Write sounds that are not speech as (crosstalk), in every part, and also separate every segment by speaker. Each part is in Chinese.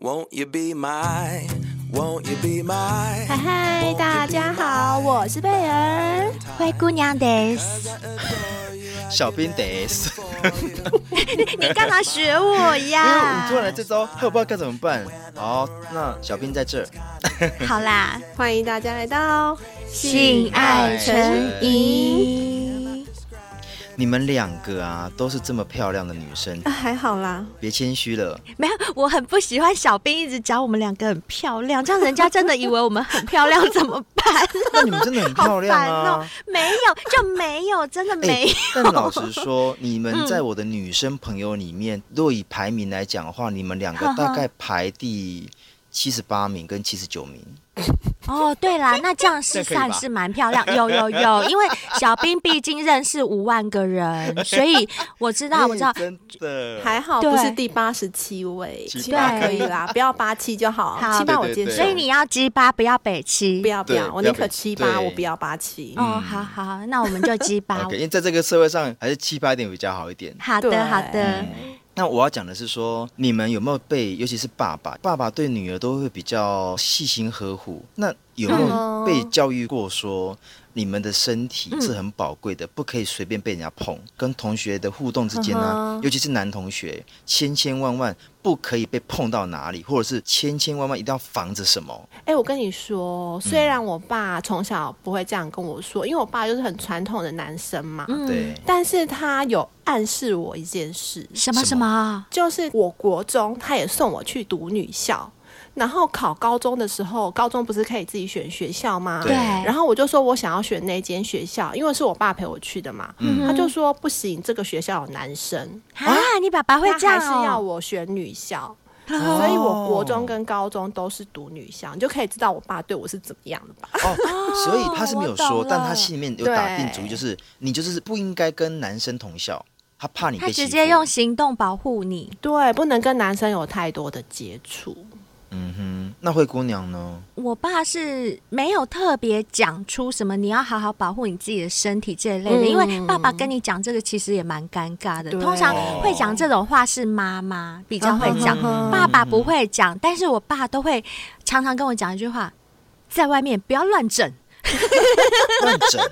Speaker 1: Won't you be my? Won't you be
Speaker 2: 嗨
Speaker 1: my?
Speaker 2: 嗨，大家好，我是
Speaker 3: (laughs)
Speaker 2: 贝儿。
Speaker 4: 灰姑娘得死，
Speaker 3: 小兵得死，
Speaker 4: 你干嘛学我
Speaker 3: 因为我
Speaker 4: 呀？
Speaker 3: 突然来这招，害我不知道该怎么办。好，那小兵在这儿，
Speaker 4: 好啦，
Speaker 2: 欢迎大家来到
Speaker 4: 性爱成瘾。
Speaker 3: 你们两个啊，都是这么漂亮的女生
Speaker 2: 啊，，还好啦，
Speaker 3: 别谦虚了。
Speaker 4: 没有，我很不喜欢小兵一直讲我们两个很漂亮，这样人家真的以为我们很漂亮怎么
Speaker 3: (laughs)
Speaker 4: 办？
Speaker 3: 那你们真的很漂
Speaker 4: (laughs)
Speaker 3: 亮
Speaker 4: 好烦哦
Speaker 3: 啊！哎
Speaker 4: 没有，就没有，真的没
Speaker 3: (laughs)
Speaker 4: 有。
Speaker 3: 但老实说，你们在我的女生朋友里面，若以排名来讲的话，你们两个大概排第七十八名跟七十九名。
Speaker 4: 哦，对啦，那这样
Speaker 3: 这
Speaker 4: 是
Speaker 3: 样可以吧
Speaker 4: 算是蛮漂亮，有有有，因为小兵毕竟认识五万个人，所以我知道，我知道
Speaker 3: (laughs) 哎，真的。
Speaker 2: 还好
Speaker 4: 对
Speaker 2: 不是第八十七位，
Speaker 3: 七
Speaker 2: 七八
Speaker 4: 对
Speaker 2: 可以啦，不要八七就好，
Speaker 4: 好
Speaker 2: 七八我
Speaker 3: 对对
Speaker 2: 接受。
Speaker 3: 对
Speaker 4: 所以你要鸡巴不要北七
Speaker 2: 不。要不
Speaker 3: 对
Speaker 2: 要，我
Speaker 3: 不要
Speaker 2: 宁可
Speaker 3: 北
Speaker 2: 七
Speaker 3: 七
Speaker 2: 八，
Speaker 3: 对
Speaker 2: 我不要八七。
Speaker 4: 哦，好好，好那我们就鸡巴。
Speaker 3: (laughs) OK，因为在这个社会上，还是七八点比较好一点。
Speaker 4: 好
Speaker 2: 对
Speaker 4: 的，好的。
Speaker 3: 嗯
Speaker 2: 嗯
Speaker 3: 那我要讲的是说，你们有没有被，尤其是爸爸，爸爸对女儿都会比较细心呵护。那有没
Speaker 2: 嗯
Speaker 3: 有被教育过说，你们的身体
Speaker 2: 嗯
Speaker 3: 是很宝贵的，不可以随便被人家碰？跟同学的互动之间呢、啊
Speaker 2: 嗯哼
Speaker 3: 尤其是男同学，千千万万不可以被碰到哪里，或者是千千万万一定要防着什么。
Speaker 2: 哎、我跟
Speaker 3: 嗯
Speaker 2: 你说，虽然我爸从小不会这样跟我说，因为我爸就是很传统的男生嘛，
Speaker 4: 嗯，
Speaker 3: 对，
Speaker 2: 但是他有暗示我一件事，
Speaker 4: 什么什
Speaker 3: 什
Speaker 4: 么？
Speaker 2: 就是我国中，他也送我去读女校。然后考高中的时候，高中不是可以自己选学校吗？
Speaker 3: 对
Speaker 2: 然后我就说我想要选那间学校，因为是我爸陪我去的嘛。
Speaker 3: 嗯
Speaker 2: 他就说不行，这个学校有男生，
Speaker 4: 啊，你爸爸会这
Speaker 2: 他
Speaker 4: 样
Speaker 2: 还是要
Speaker 4: 哦。
Speaker 2: 我选女校。 (laughs) 所以我国中跟高中都是读女校，你就可以知道我爸对我是怎么样的吧？
Speaker 3: 哦，所以他是没有
Speaker 4: 我
Speaker 3: 说，
Speaker 4: 懂
Speaker 3: 但
Speaker 4: 了
Speaker 3: 他心里面有打定主
Speaker 2: 对
Speaker 3: 意，就是你就是不应该跟男生同校，他怕你被
Speaker 4: 他直
Speaker 3: 欺负
Speaker 4: 接用行动保护你。
Speaker 2: 对，不能跟男生有太多的接触。
Speaker 3: 嗯哼，那灰姑娘呢？
Speaker 4: 我爸是没有特别讲出什么你要好好保护你自己的身体这一类的，
Speaker 2: 嗯
Speaker 4: 因为爸爸跟你讲这个其实也蛮尴尬的。
Speaker 2: 对
Speaker 4: 通常会讲这种话是妈妈比较会讲
Speaker 2: 嗯哼哼，
Speaker 4: 爸爸不会讲。但是我爸都会常常跟我讲一句话：在外面不要乱整，
Speaker 3: 乱
Speaker 4: (laughs)
Speaker 3: 整，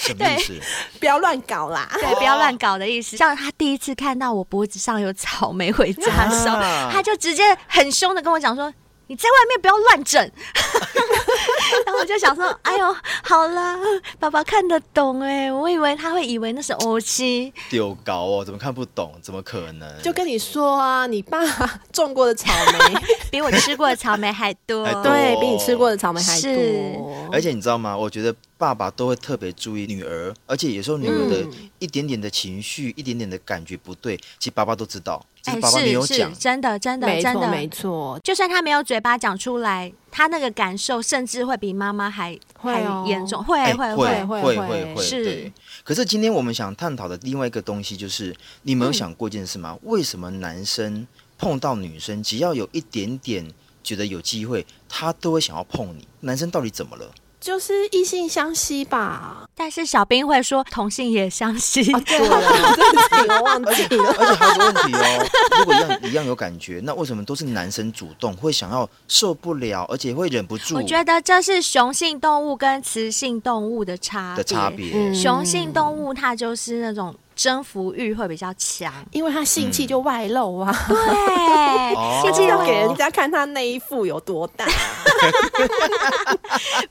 Speaker 3: 什么意思？
Speaker 2: 不要乱搞啦！
Speaker 4: 对，不要乱搞的意思。像他第一次看到我脖子上有草莓回家的时候，
Speaker 3: 啊
Speaker 4: 他就直接很凶的跟我讲说：“你在外面不要乱整。” (laughs) 然后我就想说：“哎呦，好啦，爸爸看得懂哎，我以为他会以为那是欧气。
Speaker 3: 丢高哦，怎么看不懂？怎么可能？
Speaker 2: 就跟你说啊，你爸 (laughs) 种过的草莓， (laughs)
Speaker 4: 比我吃过的草莓还
Speaker 3: (laughs)
Speaker 4: 多。哎
Speaker 3: 还多
Speaker 2: 对比你吃过的草莓还
Speaker 4: 是
Speaker 2: 多。
Speaker 3: 而且你知道吗？我觉得爸爸都会特别注意女儿，而且有时候女儿的
Speaker 2: 嗯
Speaker 3: 一点点的情绪、一点点的感觉不对，其实爸爸都知道，只
Speaker 4: 哎
Speaker 3: 是，爸爸没有
Speaker 4: 是是
Speaker 3: 讲，。
Speaker 4: 真的，真的，
Speaker 2: 没
Speaker 4: 真
Speaker 2: 错，没
Speaker 4: 的。
Speaker 2: 错，
Speaker 4: 就算他没有嘴巴讲出来，他那个感受甚至会比妈妈还、
Speaker 2: 会
Speaker 4: 还
Speaker 2: 哦
Speaker 4: 严重，会
Speaker 3: 哎
Speaker 4: 会
Speaker 3: 会
Speaker 2: 会
Speaker 3: 会
Speaker 2: 会
Speaker 3: 会
Speaker 4: 是
Speaker 3: 对。可是今天我们想探讨的另外一个东西就是，你
Speaker 4: 嗯
Speaker 3: 们有想过一件事吗？为什么男生碰到女生，只要有一点点觉得有机会，他都会想要碰你？男生到底怎么了？
Speaker 2: 就是异性相吸吧。
Speaker 4: 但是小兵会说同性也相吸， (laughs)
Speaker 2: 对啊了，我忘记了。
Speaker 3: 而且还有个问题哦，如果一样一样有感觉，那为什么都是男生主动会想要受不了，而且会忍不住
Speaker 4: 我觉得这是雄性动物跟雌性动物的差
Speaker 3: 的差。别？
Speaker 2: 嗯
Speaker 4: 雄性动物它就是那种征服欲会比较强，
Speaker 2: 因为他性器就外露啊，
Speaker 4: (laughs) 嗯
Speaker 3: 哦
Speaker 4: 对，性
Speaker 2: 性器
Speaker 4: 器
Speaker 2: 要
Speaker 4: 动
Speaker 2: 给人
Speaker 4: 物，
Speaker 2: 家看他那一副有多大。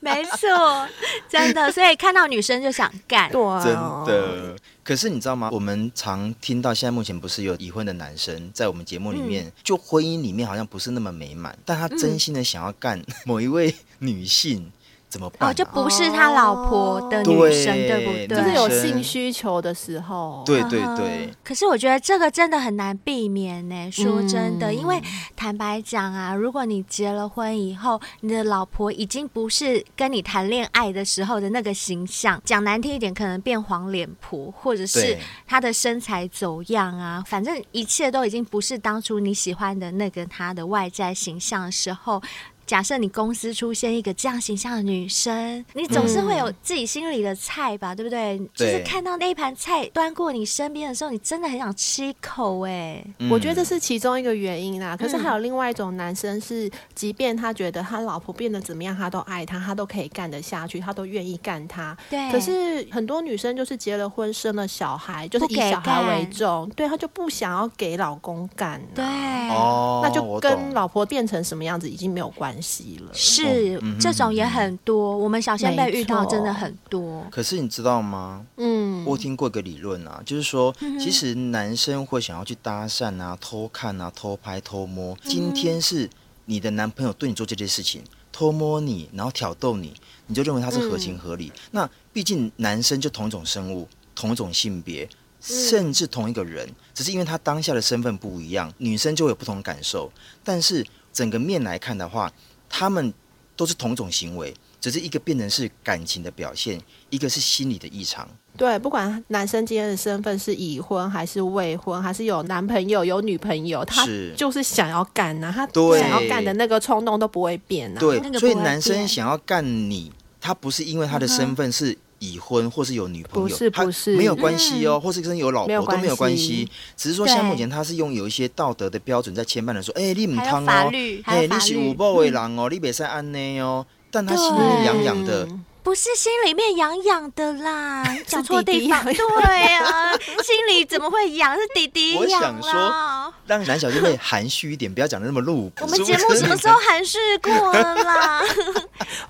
Speaker 4: 没错，真的，所以看到女生就想干。
Speaker 2: (laughs) 对啊，
Speaker 3: 真的。可是你知道吗？我们常听到现在目前不是有已婚的男生在我们节目里面，就婚姻里面好像不是那么美满，但他真心的想要干某一位女性，怎么办、啊？
Speaker 4: 哦，就不是他老婆的女生，
Speaker 3: 对
Speaker 4: 对不
Speaker 3: 就
Speaker 2: 就是
Speaker 4: 对？
Speaker 2: 有性需求的时候。
Speaker 3: 对对对
Speaker 4: 嗯，可是我觉得这个真的很难避免呢、说真的，
Speaker 2: 嗯
Speaker 4: 因为坦白讲啊，如果你结了婚以后，你的老婆已经不是跟你谈恋爱的时候的那个形象，讲难听一点，可能变黄脸婆，或者是
Speaker 3: 对
Speaker 4: 她的身材走样啊，反正一切都已经不是当初你喜欢的那个她的外在形象的时候。假设你公司出现一个这样形象的女生，你总是会有自己心里的菜吧，对不对？就是看到那一盘菜端过你身边的时候，你真的很想吃一口哎、
Speaker 2: 我觉得这是其中一个原因
Speaker 4: 嗯
Speaker 2: 啦。可是还有另外一种男生是，即便他觉得他老婆变得怎么样，他都爱她，他都可以干得下去，他都愿意干她。
Speaker 4: 对，
Speaker 2: 可是很多女生就是结了婚，生了小孩，就是
Speaker 4: 不
Speaker 2: 以
Speaker 4: 给
Speaker 2: 小孩为
Speaker 4: 干
Speaker 2: 重，对，她就不想要给老公干、
Speaker 4: 对。
Speaker 3: 哦，
Speaker 2: 那就
Speaker 3: 我
Speaker 2: 跟
Speaker 3: 懂
Speaker 2: 老婆变成什么样子已经没有关系了。
Speaker 4: 是、
Speaker 3: 嗯
Speaker 4: 这种也很多，我们小先辈
Speaker 2: 没
Speaker 4: 遇到
Speaker 2: 错
Speaker 4: 真的很多。
Speaker 3: 可是你知道吗？
Speaker 2: 嗯，
Speaker 3: 我听过一个理论啊，就是说，其实男生会想要去搭讪啊、偷看啊、偷拍、偷摸。今天是你的男朋友对你做这件事情，偷摸你，然后挑逗你，你就认为他是合情合理。那毕竟男生就同一种生物、同一种性别，甚至同一个人，只是因为他当下的身份不一样，女生就会有不同感受。但是整个面来看的话，他们都是同一种行为，只是一个变成是感情的表现，一个是心理的异常。
Speaker 2: 对，不管男生今天的身份是已婚还是未婚，还是有男朋友有女朋友，他
Speaker 3: 是
Speaker 2: 就是想要干呐、他
Speaker 3: 对
Speaker 2: 想要干的那个冲动都不会变呐、
Speaker 3: 对
Speaker 4: 那，个
Speaker 3: 所以
Speaker 4: 不会
Speaker 3: 男生
Speaker 4: 变
Speaker 3: 想要干你，他不是因为他的身份是已婚或是有女朋
Speaker 4: 嗯
Speaker 3: 友，
Speaker 2: 不是
Speaker 3: 他
Speaker 2: 不是
Speaker 3: 没有关系哦，或是跟有老
Speaker 2: 没有
Speaker 3: 婆都没有
Speaker 2: 关
Speaker 3: 关
Speaker 2: 系
Speaker 3: 系，只是说像目
Speaker 4: 对
Speaker 3: 前他是用有一些道德的标准在牵绊的说，哎，你唔
Speaker 4: 还有
Speaker 3: 汤
Speaker 4: 法
Speaker 3: 哦
Speaker 4: 律，还有
Speaker 3: 哎，
Speaker 4: 法
Speaker 3: 你是
Speaker 4: 律
Speaker 3: 五报的人哦，你别再安内哦，但他心里痒痒的，
Speaker 2: 嗯
Speaker 4: 不是心里面痒痒的
Speaker 2: (laughs)
Speaker 4: 啦，讲错
Speaker 2: 弟
Speaker 4: 地
Speaker 2: 弟
Speaker 4: 方。
Speaker 2: 痒
Speaker 4: 对啊，心里怎么会痒？是弟弟
Speaker 3: 我
Speaker 4: 痒
Speaker 3: 想
Speaker 4: 啦。
Speaker 3: 让男小姐妹含蓄一点，不要讲的那么露骨。
Speaker 4: 我们
Speaker 3: 是不
Speaker 4: 节目
Speaker 3: 是
Speaker 4: 什么时候含蓄过了
Speaker 2: (laughs)
Speaker 4: 啦？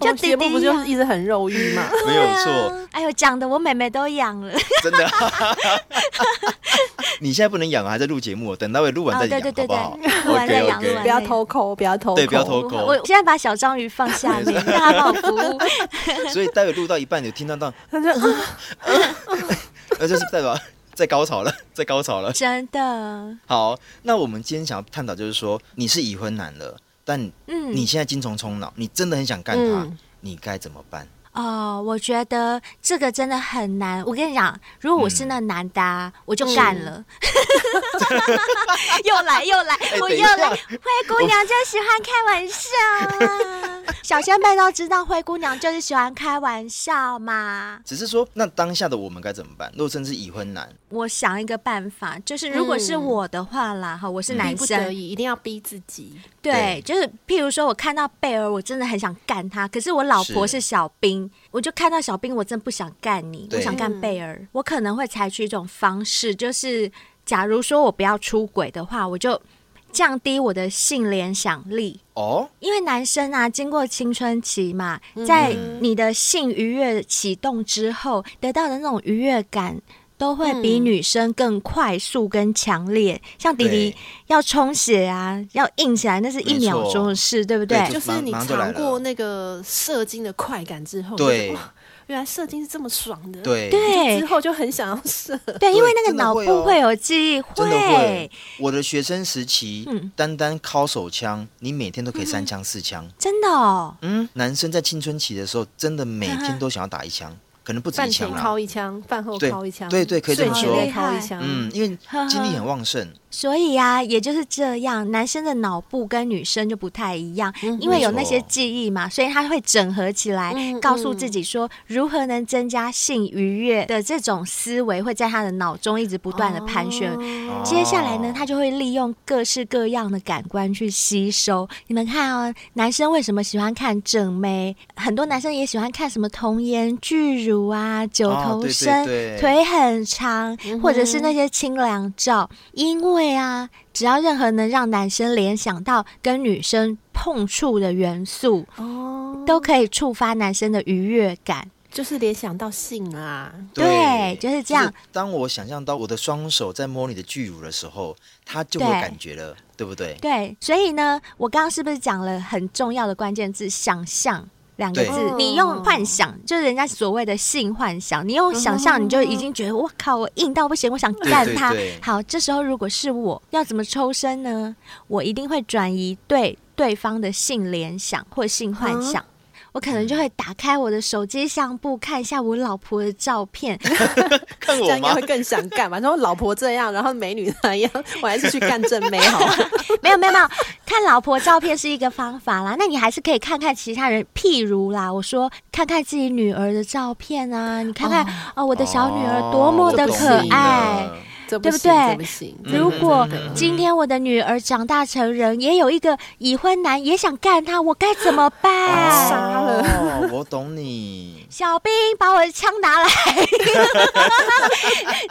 Speaker 2: 我们
Speaker 4: 就弟
Speaker 2: 节目
Speaker 4: 弟
Speaker 2: 不就
Speaker 4: 呀
Speaker 2: 是一直很肉欲
Speaker 4: (laughs)
Speaker 2: 吗？
Speaker 3: (laughs) 没有错，
Speaker 4: 哎呦，讲的我妹妹都痒了。
Speaker 3: 真的。你现在不能养啊，还在录节目，等待会录完
Speaker 4: 哦
Speaker 3: 再
Speaker 4: 对
Speaker 3: 养，
Speaker 4: 对对
Speaker 3: 好不
Speaker 4: 对 (laughs)
Speaker 3: 好？
Speaker 4: 录完再
Speaker 3: OK
Speaker 4: 养录
Speaker 3: OK，
Speaker 4: 完
Speaker 2: 不要偷抠，不要偷抠，
Speaker 3: 对，不要
Speaker 4: 我
Speaker 3: 偷狗。
Speaker 4: 我现在把小章鱼放下面，让他帮我服务。
Speaker 3: (laughs) 所以待会录到一半，有听到到，
Speaker 2: 他
Speaker 3: (laughs)
Speaker 2: 就啊
Speaker 3: 那就是代表在高潮了，在高潮了。
Speaker 4: 真的，
Speaker 3: 好，那我们今天想要探讨就是说，你是已婚男了，但
Speaker 4: 嗯，
Speaker 3: 你现在精虫充脑，你真的很想干他，
Speaker 2: 嗯
Speaker 3: 你该怎么办？
Speaker 4: 哦，我觉得这个真的很难。我跟你讲，如果我是那男的、啊，我就干了。 (laughs) 又来又来，我
Speaker 3: 等一
Speaker 4: 又
Speaker 3: 下
Speaker 4: 来。灰姑娘就喜欢开玩笑啊！ (laughs) 小仙妹都知道，灰姑娘就是喜欢开玩笑嘛。
Speaker 3: 只是说，那当下的我们该怎么办？若真是已婚男，
Speaker 4: 我想一个办法，就是如果是
Speaker 2: 嗯
Speaker 4: 我的话啦，哈、我是
Speaker 2: 逼
Speaker 4: 男
Speaker 2: 不
Speaker 4: 生，
Speaker 2: 得已一定要逼自己。
Speaker 4: 对，就是譬如说，我看到贝尔，我真的很想干他，可是我老婆是
Speaker 3: 是
Speaker 4: 小兵，我就看到小兵，我真的不想干你，
Speaker 3: 对
Speaker 4: 我想干贝尔，我可能会采取一种方式，就是假如说我不要出轨的话，我就降低我的性联想力。
Speaker 3: 哦，
Speaker 4: 因为男生啊，经过青春期嘛，在你的性愉悦启动之后，得到的那种愉悦感，都会比
Speaker 2: 嗯
Speaker 4: 女生更快速跟强烈。像迪迪
Speaker 3: 对
Speaker 4: 要充血啊，要硬起来，那是一
Speaker 3: 没错
Speaker 4: 秒钟的事，对不对？
Speaker 3: 就
Speaker 2: 就是你
Speaker 3: 马上就来
Speaker 2: 尝
Speaker 3: 了
Speaker 2: 过那个射精的快感之后，
Speaker 3: 对
Speaker 2: 你就哇原来射精是这么爽的，，
Speaker 3: 对，
Speaker 4: 对
Speaker 2: 之后就很想要射。
Speaker 4: 对，因为那
Speaker 3: 真
Speaker 4: 个
Speaker 3: 的
Speaker 4: 脑
Speaker 3: 会
Speaker 4: 部
Speaker 3: 哦
Speaker 4: 会有记忆，
Speaker 3: 真的
Speaker 4: 会
Speaker 3: 会。我的学生时期，
Speaker 4: 嗯
Speaker 3: 单单靠手枪，你每天都可以三枪四枪。
Speaker 4: 真的哦，
Speaker 3: 嗯，男生在青春期的时候，真的每天都想要打一枪，可能不止
Speaker 2: 饭
Speaker 3: 一
Speaker 2: 前
Speaker 3: 枪啦。
Speaker 2: 敲一枪，饭后
Speaker 3: 对
Speaker 2: 敲一枪，
Speaker 3: 对对可以这
Speaker 2: 睡
Speaker 3: 么
Speaker 2: 前
Speaker 3: 说
Speaker 2: 再敲一枪，
Speaker 3: 嗯，因为精力很旺
Speaker 4: (laughs)
Speaker 3: 盛，
Speaker 4: 所以啊，也就是这样，男生的脑部跟女生就不太一样，
Speaker 2: 嗯
Speaker 4: 因为
Speaker 3: 没
Speaker 4: 有那些
Speaker 3: 错
Speaker 4: 记忆嘛，所以他会整合起来，
Speaker 2: 嗯
Speaker 4: 告诉自己说如何能增加性愉悦的这种思维，会在他的脑中一直不断的盘旋。
Speaker 2: 哦
Speaker 4: 嗯接下来呢，
Speaker 3: 哦
Speaker 4: 他就会利用各式各样的感官去吸收。你们看哦，男生为什么喜欢看正妹？很多男生也喜欢看什么童颜巨乳啊、九
Speaker 3: 哦
Speaker 4: 头
Speaker 3: 对对
Speaker 4: 身、
Speaker 3: 对嗯
Speaker 4: 腿很长，或者是那些清凉照。因为啊，只要任何能让男生联想到跟女生碰触的元素，
Speaker 2: 哦，
Speaker 4: 都可以触发男生的愉悦感。
Speaker 2: 就是联想到性啊，
Speaker 4: 对就是这样。
Speaker 3: 当我想象到我的双手在摸你的巨乳的时候，他就会有
Speaker 4: 对
Speaker 3: 感觉了，对不对？
Speaker 4: 对，所以呢，我刚刚是不是讲了很重要的关键字“想象”两个
Speaker 3: 对
Speaker 4: 字？你用幻想，就是人家所谓的性幻想，你用想象，你就已经觉得我靠，我硬到不行，我想干他
Speaker 3: 对对对。
Speaker 4: 好，这时候如果是我要怎么抽身呢？我一定会转移对对方的性联想或性幻想。我可能就会打开我的手机相簿，看一下我老婆的照片，
Speaker 3: 看
Speaker 2: 这
Speaker 3: 哦我
Speaker 2: 样应
Speaker 3: 吗
Speaker 2: 该会？更想
Speaker 3: (laughs)
Speaker 2: 干吧？然后老婆这样，然后美女那样，我还是去干正妹好
Speaker 3: (laughs)
Speaker 2: 了。
Speaker 4: 没有没有没有， (laughs) 看老婆照片是一个方法啦。那你还是可以看看其他人，譬如啦，我说看看自己女儿的照片啊，你看看
Speaker 2: 哦
Speaker 4: 哦我的小女儿多么的
Speaker 3: 哦
Speaker 4: 可
Speaker 2: 这不行
Speaker 4: 爱。
Speaker 3: 了
Speaker 2: 这
Speaker 4: 对不
Speaker 2: 不行，
Speaker 4: 对
Speaker 2: 这不行。
Speaker 3: 嗯
Speaker 4: 如果
Speaker 2: 真的
Speaker 4: 今天我的女儿长大成人，也有一个已婚男也想干她，我该怎么办？。
Speaker 2: (laughs) 杀了
Speaker 3: 哦，我懂
Speaker 4: (laughs)
Speaker 3: 你
Speaker 4: 小兵，把我的枪拿来！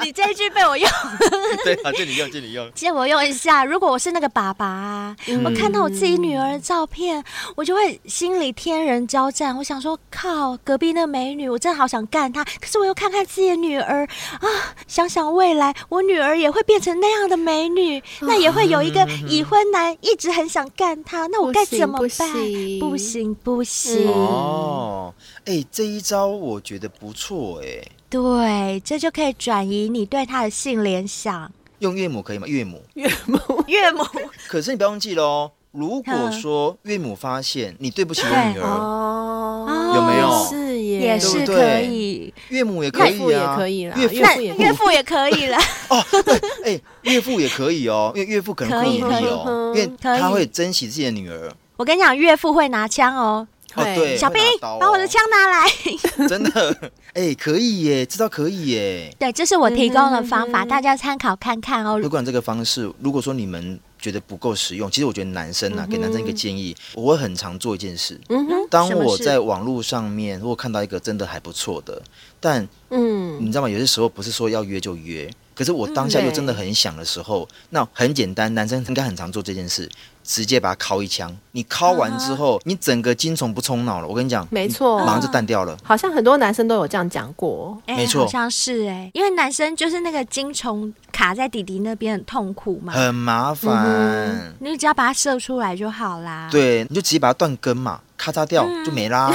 Speaker 4: (laughs) 你这一句被我用， (laughs)
Speaker 3: 对啊，借你用，借你用。
Speaker 4: 借我用一下。如果我是那个爸爸啊，
Speaker 3: 嗯
Speaker 4: 我看到我自己女儿的照片，我就会心里天人交战。我想说，靠，隔壁那美女，我真的好想干她。可是我又看看自己的女儿啊，想想未来，我女儿也会变成那样的美
Speaker 3: 啊
Speaker 4: 女，那也会有一
Speaker 3: (laughs)
Speaker 4: 个已婚男一直很想干她，那我该怎么
Speaker 2: 不
Speaker 4: 办？
Speaker 2: 行
Speaker 4: 不
Speaker 2: 不
Speaker 4: 行，不行。
Speaker 2: 嗯
Speaker 3: 哦，哎、这一招我觉得不错哎、
Speaker 4: 对，这就可以转移你对他的性联想。
Speaker 3: 用岳母可以吗？岳母，
Speaker 2: 岳母
Speaker 4: 岳母，嗯
Speaker 3: 可是你不要忘记喽。如果说岳母发现你对不起我女儿，
Speaker 2: 哦
Speaker 4: 有没有
Speaker 2: 是耶，
Speaker 4: 也
Speaker 3: 对
Speaker 4: 是
Speaker 3: 不
Speaker 4: 可
Speaker 3: 对
Speaker 4: 以，
Speaker 3: 岳母也可
Speaker 2: 岳父
Speaker 3: 以
Speaker 2: 也
Speaker 3: 啊，
Speaker 2: 可以啦，
Speaker 3: 岳父
Speaker 4: 那
Speaker 2: 也
Speaker 4: 岳父也可以了。 (laughs)
Speaker 3: 哎、岳父也可以哦，因为岳父可能
Speaker 4: 可
Speaker 3: 会
Speaker 4: 以
Speaker 3: 努
Speaker 4: 可
Speaker 3: 力
Speaker 4: 以
Speaker 3: 哦，因
Speaker 2: 可以嗯
Speaker 3: 为他会珍惜自己的女儿。
Speaker 4: 我跟你讲，岳父会拿枪哦。
Speaker 3: 哦，对，
Speaker 4: 小
Speaker 3: 会
Speaker 4: 兵
Speaker 3: 拿刀，哦
Speaker 4: 把我的枪拿来。
Speaker 3: 真的， (laughs) 哎、可以耶，这招可以耶。
Speaker 4: 对，这是我提供的方
Speaker 2: 嗯
Speaker 4: 法，
Speaker 2: 哼
Speaker 4: 大家参考看看哦
Speaker 3: 不。管这个方式，如果说你们觉得不够实用，其实我觉得男生啊，给男生一个建议，我会很常做一件事。
Speaker 2: 嗯哼，
Speaker 3: 当
Speaker 2: 什么
Speaker 3: 我
Speaker 2: 事
Speaker 3: 在网络上面，如果看到一个真的还不错的，但
Speaker 2: 嗯
Speaker 3: 你知道吗？有些时候不是说要约就约，可是我当下又真的很想的时候，那很简单，男生应该很常做这件事，直接把他敲一枪。你敲完之后，你整个精虫不充脑了。我跟你讲，
Speaker 2: 没错
Speaker 3: 你马上就淡掉了。
Speaker 2: 好像很多男生都有这样讲
Speaker 3: (laughs)
Speaker 2: 过，
Speaker 4: 哎
Speaker 3: 呃没错
Speaker 4: 好像是哎，因为男生就是那个精虫卡在底底那边很痛苦嘛，
Speaker 3: 很麻烦，
Speaker 4: 你只要把它射出来就好啦。，
Speaker 3: 对，你就直接把它断根嘛，咔嚓掉就没啦。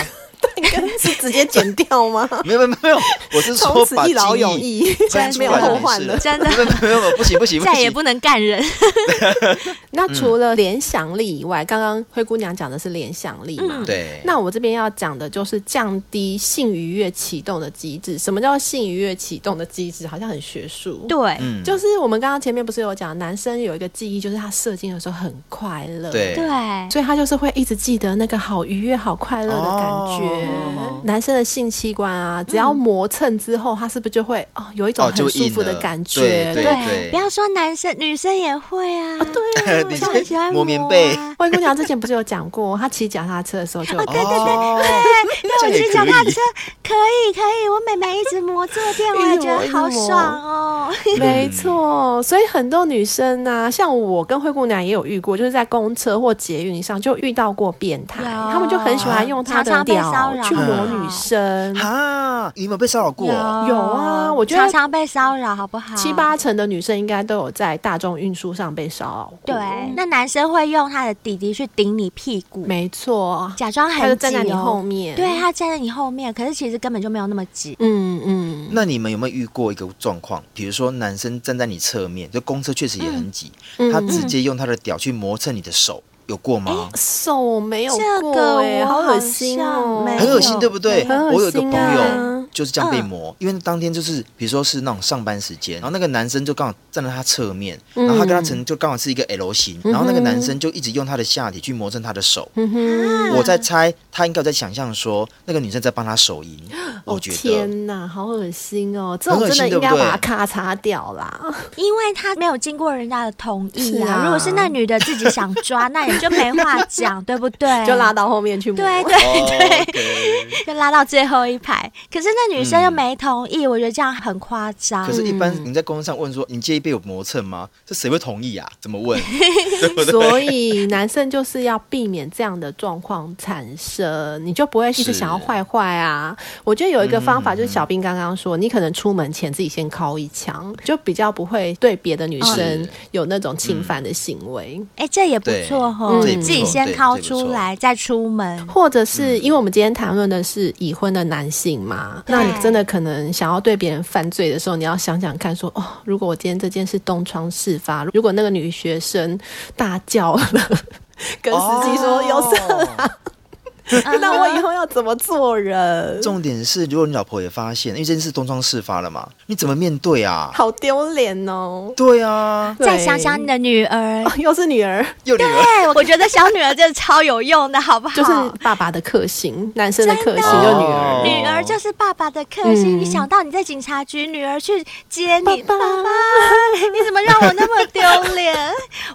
Speaker 2: 是直接剪掉吗？
Speaker 3: 没有没有没有，我是
Speaker 2: 从
Speaker 3: 说
Speaker 2: 此
Speaker 3: 把
Speaker 2: 一劳永
Speaker 3: 精液
Speaker 2: 逸， (laughs)
Speaker 3: 真
Speaker 2: 没有
Speaker 3: 出来就
Speaker 2: 后
Speaker 3: 没
Speaker 2: 患
Speaker 3: 事
Speaker 2: 了。
Speaker 4: 真
Speaker 3: (laughs)
Speaker 4: 的
Speaker 3: 没有没有没有，不行不行不
Speaker 4: 再也
Speaker 3: 行，
Speaker 4: 不能干人。
Speaker 2: 那
Speaker 3: 嗯
Speaker 2: 除了联想力以外，刚刚灰姑娘讲的是联想力嘛？
Speaker 4: 嗯
Speaker 3: 对，
Speaker 2: 那我这边要讲的就是降低性愉悦启动的机制。什么叫性愉悦启动的机制？好像很学术。
Speaker 4: 对，
Speaker 3: 嗯
Speaker 2: 就是我们刚刚前面不是有讲，男生有一个记忆，就是他射精的时候很快乐。
Speaker 3: 对
Speaker 4: 对，
Speaker 2: 所以他就是会一直记得那个好愉悦、好快乐的感觉。
Speaker 3: 哦
Speaker 2: 男生的性器官啊，只要磨蹭之后，他是不是就会哦有一种
Speaker 3: 哦就
Speaker 2: 很舒
Speaker 3: 硬
Speaker 2: 服的
Speaker 3: 了
Speaker 2: 感觉？
Speaker 3: 对对
Speaker 4: 不要说男生，女生也会啊。
Speaker 2: 对啊
Speaker 3: 你
Speaker 4: 我就很喜欢
Speaker 3: 摸棉
Speaker 4: 啊
Speaker 3: 被
Speaker 2: 灰姑娘之前不是有讲过，她骑脚踏车的时候就有
Speaker 4: 哦对对对
Speaker 3: 哦
Speaker 4: 对，
Speaker 3: 这
Speaker 4: 我
Speaker 3: 样也
Speaker 4: 骑脚踏
Speaker 3: 可以
Speaker 4: 车可以可以，我妹妹一直磨坐垫，我也觉
Speaker 2: 一直磨一
Speaker 4: 得
Speaker 2: 直
Speaker 4: 好
Speaker 2: 磨
Speaker 4: 爽
Speaker 3: 哎
Speaker 4: 哦。 (laughs)
Speaker 2: 没错，所以很多女生呢、像我跟灰姑娘也有遇过，就是在公车或捷运上就遇到过变态，
Speaker 4: 有
Speaker 2: 他们就很喜欢用她的
Speaker 4: 常常被
Speaker 2: 屌
Speaker 4: 骚扰
Speaker 2: 去磨女生。
Speaker 3: 哈，你有没有被骚扰过？
Speaker 2: 有啊我觉
Speaker 4: 嗯
Speaker 2: 得
Speaker 4: 常常被骚扰，好不好？
Speaker 2: 七八成的女生应该都有在大众运输上被骚扰过。
Speaker 4: 对，那男生会用他的弟弟去顶你屁股，
Speaker 2: 哦没错，
Speaker 4: 假装
Speaker 2: 她
Speaker 4: 很
Speaker 2: 就
Speaker 4: 紧
Speaker 2: 站在你
Speaker 4: 哦
Speaker 2: 后，面。
Speaker 4: 对，他站在你后面，可是其实根本就没有那么挤。
Speaker 2: 嗯嗯，
Speaker 3: 那你们有没有遇过一个状况？比如说男生站在你侧面，就公车确实也很挤，
Speaker 2: 嗯
Speaker 3: 他直接用他的屌去磨蹭你的手，有过吗？
Speaker 2: 手我没有
Speaker 4: 这
Speaker 2: 过、
Speaker 4: 个
Speaker 2: 欸，
Speaker 4: 我
Speaker 2: 好
Speaker 4: 好
Speaker 2: 恶心哦哎
Speaker 4: 像，没
Speaker 3: 很恶
Speaker 4: 没
Speaker 3: 心，
Speaker 4: 有
Speaker 3: 对不对？
Speaker 2: 很恶
Speaker 3: 我有一个
Speaker 2: 心
Speaker 3: 朋
Speaker 2: 啊
Speaker 3: 友就是这样被磨，因为当天就是比如说是那种上班时间，然后那个男生就刚好站在他侧面，
Speaker 2: 嗯
Speaker 3: 然后他跟他成就刚好是一个 L 型，然后那个男生就一直用他的下体去磨蹭他的手。
Speaker 2: 嗯哼，
Speaker 3: 我在猜，他应该有在想象说那个女生在帮他手淫，我
Speaker 2: 哦
Speaker 3: 觉得。
Speaker 2: 天哪，好恶心哦！这
Speaker 3: 很
Speaker 2: 种
Speaker 3: 恶
Speaker 2: 真的
Speaker 3: 心对
Speaker 2: 应
Speaker 3: 不
Speaker 2: 该要把它
Speaker 3: 对
Speaker 2: 咔嚓掉啦。
Speaker 4: 因为他没有经过人家的同意
Speaker 2: 是啊
Speaker 4: 如果是那女的自己想抓，
Speaker 2: (laughs)
Speaker 4: 那也就没话讲，对不对？
Speaker 2: (laughs) 就拉到后面去磨。 (laughs)
Speaker 4: 对对
Speaker 3: 哦
Speaker 4: 对，
Speaker 3: 对。
Speaker 4: 就拉到最后一排。可是那女生又没同意，我觉得这样很夸
Speaker 2: 啊
Speaker 4: 张
Speaker 2: 嗯
Speaker 3: 可。是，一般你在公司上问说你介意被我磨蹭吗？这谁会同意啊？怎么
Speaker 2: (laughs)
Speaker 3: 问？对不对？
Speaker 2: 所以男生就是要避免这样的状况产生，你就不会一直
Speaker 3: 是
Speaker 2: 想要坏坏啊。我觉得有一个方法就是小兵刚刚说，你可能出门前自己先敲一枪，就比较不会对别的女生
Speaker 3: 是
Speaker 2: 有那种侵犯的行为。
Speaker 4: 哎，这也不
Speaker 3: 对
Speaker 4: 错哈
Speaker 2: 嗯，这也不
Speaker 4: 自己
Speaker 3: 错
Speaker 4: 先
Speaker 3: 对
Speaker 4: 掏
Speaker 3: 这也不
Speaker 4: 出
Speaker 3: 错
Speaker 4: 来再出门。
Speaker 2: 或者是
Speaker 3: 嗯
Speaker 2: 因为我们今天谈论的是已婚的男性嘛，
Speaker 4: 对
Speaker 2: 那你真的可能想要对别人犯罪的时候，你要想想看说，哦，如果我今天这件事东窗事发，如果那个
Speaker 4: 哦
Speaker 2: 女学生大叫了，跟司机说有事，
Speaker 3: 哦
Speaker 4: 嗯
Speaker 2: 那 (laughs) 我以后要怎么做
Speaker 4: (laughs)
Speaker 2: 人？
Speaker 3: 重点是，如果你老婆也发现，因为这件事东窗事发了嘛，你怎么面对啊？
Speaker 2: 好丢脸哦！
Speaker 3: 对啊，
Speaker 4: 再想想你的女儿
Speaker 2: (laughs) 哦。又是女儿，
Speaker 3: 又女儿，
Speaker 4: 对，我觉得小女儿真的超有用的，好不好？
Speaker 2: 就是爸爸的克星，男生的克星
Speaker 4: 真
Speaker 2: 就
Speaker 4: 的哦
Speaker 2: 女儿。
Speaker 4: 女儿就是爸爸的克星。
Speaker 2: 嗯
Speaker 4: 你想到你在警察局，女儿去接你，
Speaker 2: 爸
Speaker 4: 爸
Speaker 2: 爸
Speaker 4: 爸， (laughs) 你怎么让我那么丢脸？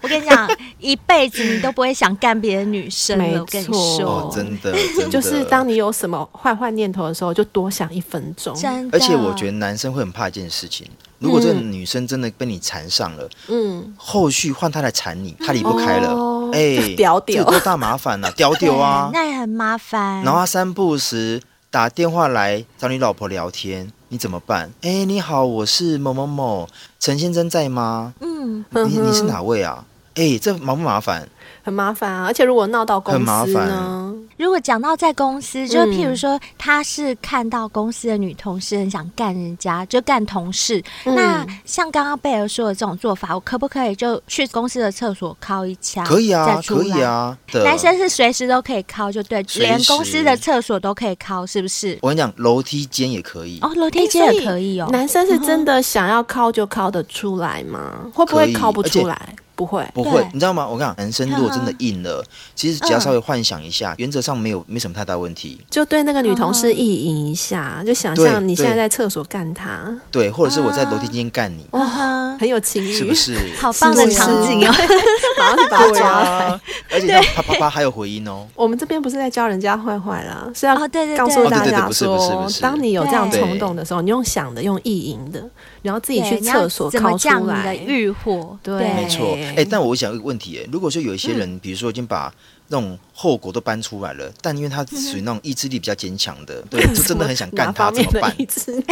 Speaker 4: 我跟你讲，一辈子你都不会想干别的女生
Speaker 2: 没
Speaker 4: 了。我跟你
Speaker 2: 错
Speaker 3: 哦
Speaker 4: 说，，
Speaker 3: 真的，真的
Speaker 2: 就是当你有什么坏坏念头的时候，就多想一分钟。
Speaker 4: 真的。
Speaker 3: 而且我觉得男生会很怕一件事情，如果这个女生真的被你缠上了，
Speaker 2: 嗯，
Speaker 3: 后续换她来缠你，她离不开了
Speaker 2: 哦，
Speaker 3: 哎、
Speaker 2: (laughs) 屌屌
Speaker 3: 这多大麻烦呐、啊，屌屌
Speaker 2: (laughs)
Speaker 3: 啊！
Speaker 4: 那也很麻烦。
Speaker 3: 然后她三不五时打电话来找你老婆聊天，你怎么办？哎、你好，我是某某某，陈先生在吗？
Speaker 4: 嗯，
Speaker 3: 你你是
Speaker 2: 嗯哼
Speaker 3: 哪位啊？哎、这麻不麻烦？
Speaker 2: 很麻烦啊，而且如果闹到公
Speaker 3: 很麻
Speaker 2: 司
Speaker 3: 烦
Speaker 2: 呢？
Speaker 4: 如果讲到在公司，就是
Speaker 2: 嗯
Speaker 4: 譬如说，他是看到公司的女同事很想干人家，就干同事。
Speaker 2: 嗯
Speaker 4: 那像刚刚贝尔说的这种做法，我可不可以就去公司的厕所敲一敲？
Speaker 3: 可以啊
Speaker 4: 再，出
Speaker 3: 可以
Speaker 4: 来。
Speaker 3: 啊。的
Speaker 4: 男生是随时都可以敲，就对，
Speaker 3: 随时
Speaker 4: 连公司的厕所都可以敲，是不是？
Speaker 3: 我跟你讲，楼梯间也可以。
Speaker 4: 哦，楼梯间也可以哦。
Speaker 2: 男生是真的想要靠就靠得出来
Speaker 4: 嗯
Speaker 2: 吗？会不会靠不出来？不会。
Speaker 3: 不会
Speaker 4: 对，
Speaker 3: 你知道吗？我跟你讲，男生如果真的硬了，其实只要
Speaker 4: 嗯
Speaker 3: 稍微幻想一下，原则上没有没什么太大问题。
Speaker 2: 就对那个女同事意淫一下，
Speaker 4: 哦
Speaker 2: 就想象
Speaker 3: 对
Speaker 2: 你现在
Speaker 3: 对
Speaker 2: 在厕所干她，
Speaker 3: 对，或者是我在楼梯间干你，
Speaker 4: 嗯哼，
Speaker 2: 很有情欲，
Speaker 3: 是
Speaker 4: (laughs)
Speaker 3: 不是？
Speaker 4: 好棒的
Speaker 2: 哦是
Speaker 4: 场景哦！
Speaker 2: (laughs) 马上就把她
Speaker 3: 对
Speaker 2: 抓来。
Speaker 4: (laughs)
Speaker 3: 啊，而且这样啪啪啪还有回音哦。
Speaker 2: 我们这边不是在教人家坏坏啦，是要
Speaker 4: 哦对对对
Speaker 2: 告诉大
Speaker 3: 哦对对
Speaker 2: 家
Speaker 3: 对不是
Speaker 2: 说
Speaker 3: 不是不，是
Speaker 2: 当你有这样
Speaker 4: 对
Speaker 2: 冲动的时候，你用想的，用意淫的，然后自己去
Speaker 4: 对你要
Speaker 2: 厕所
Speaker 4: 怎么
Speaker 2: 靠
Speaker 4: 降
Speaker 2: 出
Speaker 4: 你
Speaker 2: 来
Speaker 4: 的。欲火？
Speaker 2: 对
Speaker 3: 没错，
Speaker 2: 哎嗯
Speaker 3: 哎、但我想有一个问题，哎，如果说有一些人，比如说已经把那种后果都搬出来了，但因为他
Speaker 2: 嗯
Speaker 3: 属于那种意志力比较坚强
Speaker 2: (laughs)
Speaker 3: 的，对，就真的很想
Speaker 2: 哪
Speaker 3: 干他，
Speaker 2: 方
Speaker 3: 怎
Speaker 2: 面
Speaker 3: 么
Speaker 2: 的
Speaker 3: 办
Speaker 2: 意？志力？